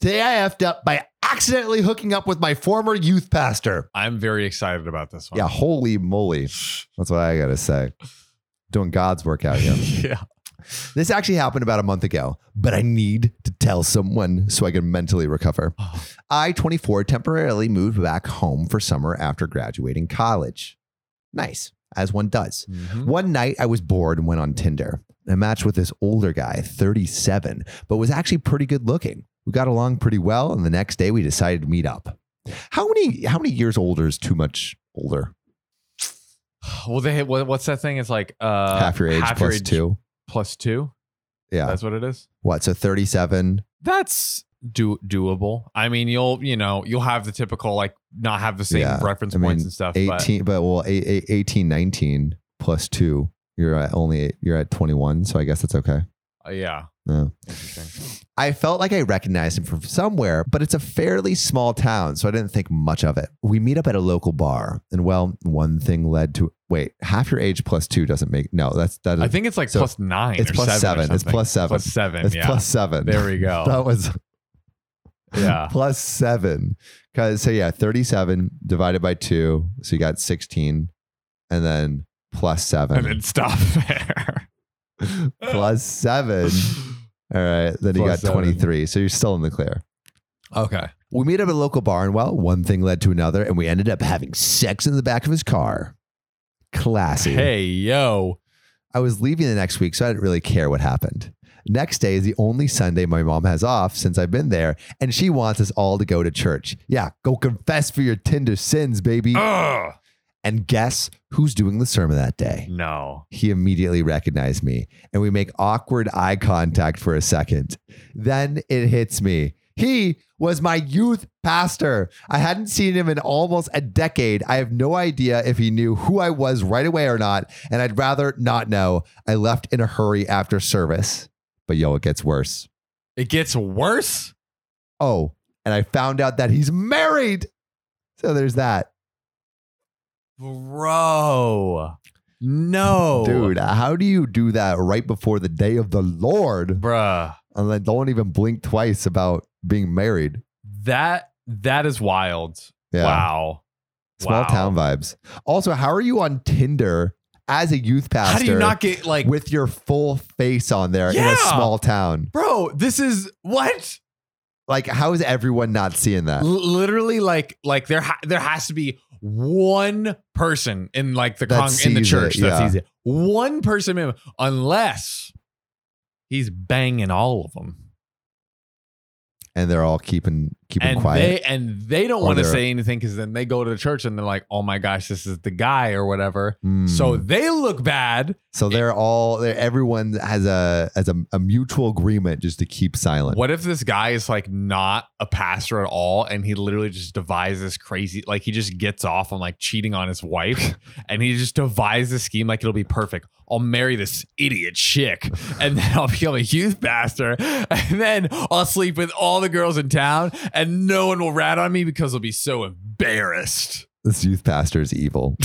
Today I effed up by accidentally hooking up with my former youth pastor. I'm very excited about this one. Yeah, holy moly. That's what I gotta say. Doing God's work out here. yeah. This actually happened about a month ago, but I need to tell someone so I can mentally recover. I, 24, temporarily moved back home for summer after graduating college. Nice, as one does. Mhm. One night I was bored and went on Tinder. I matched with this older guy, 37, but was actually pretty good looking. We got along pretty well, and the next day we decided to meet up. How many how many years older is too much older? Well, they what, what's that thing? It's like uh, half your age half plus age two. plus two. Yeah. That's what it is. what? So 37. That's do doable. I mean, you'll you know you'll have the typical like not have the same Yeah. reference I mean, points and stuff. but 18 but, well eight, eight, 18 19 plus 2 you're at only you're at 21 so i guess that's okay uh, yeah, no. interesting. i felt like i recognized him from somewhere but it's a fairly small town so i didn't think much of it we meet up at a local bar and well one thing led to wait half your age plus 2 doesn't make no that's that is I think it's like So plus nine. it's or plus seven. or seven. It's something. plus seven. Plus seven. it's yeah. plus 7 there we that go. was yeah. plus 7 cuz so yeah 37 divided by 2 so you got 16 and then plus 7 And then stop there. plus seven. All right. Then you got Plus seven. 23. So you're still in the clear. Okay. We meet up at a local bar, and well, one thing led to another, and we ended up having sex in the back of his car. Classy. Hey yo. I was leaving the next week, so I didn't really care what happened. Next day is the only Sunday my mom has off since I've been there, and she wants us all to go to church. Yeah, go confess for your Tinder sins, baby. Oh. Ugh. And guess who's doing the sermon that day? No. he immediately recognized me and we make awkward eye contact for a second. Then it hits me. He was my youth pastor. I hadn't seen him in almost a decade. I have no idea if he knew who I was right away or not, and I'd rather not know. I left in a hurry after service. But yo, it gets worse. It gets worse. Oh, and I found out that he's married. So there's that. Bro. No. Dude, how do you do that right before the day of the Lord? Bruh. and then don't even blink twice about being married. That that is wild. Yeah. Wow. Small Wow. town vibes. Also, how are you on Tinder as a youth pastor How do you not get like with your full face on there in a Yeah. small town? Bro, this is what? Like, how is everyone not seeing that? L- literally like like there ha- there has to be one person in like the That con- in the sees church it, that yeah. sees it. One person minimum, unless he's banging all of them. And they're all keeping keeping and quiet. they and they don't Or want to they're- say anything because then they go to the church and they're like, "Oh my gosh, this is the guy" or whatever. Mm. So they look bad. so they're all they're, everyone has a has a, a mutual agreement just to keep silent. What if this guy is like not a pastor at all and he literally just devises this crazy like he just gets off on like cheating on his wife and he just devises this scheme like it'll be perfect. I'll marry this idiot chick and then I'll become a youth pastor and then I'll sleep with all the girls in town and no one will rat on me because they'll be so embarrassed. This youth pastor is evil.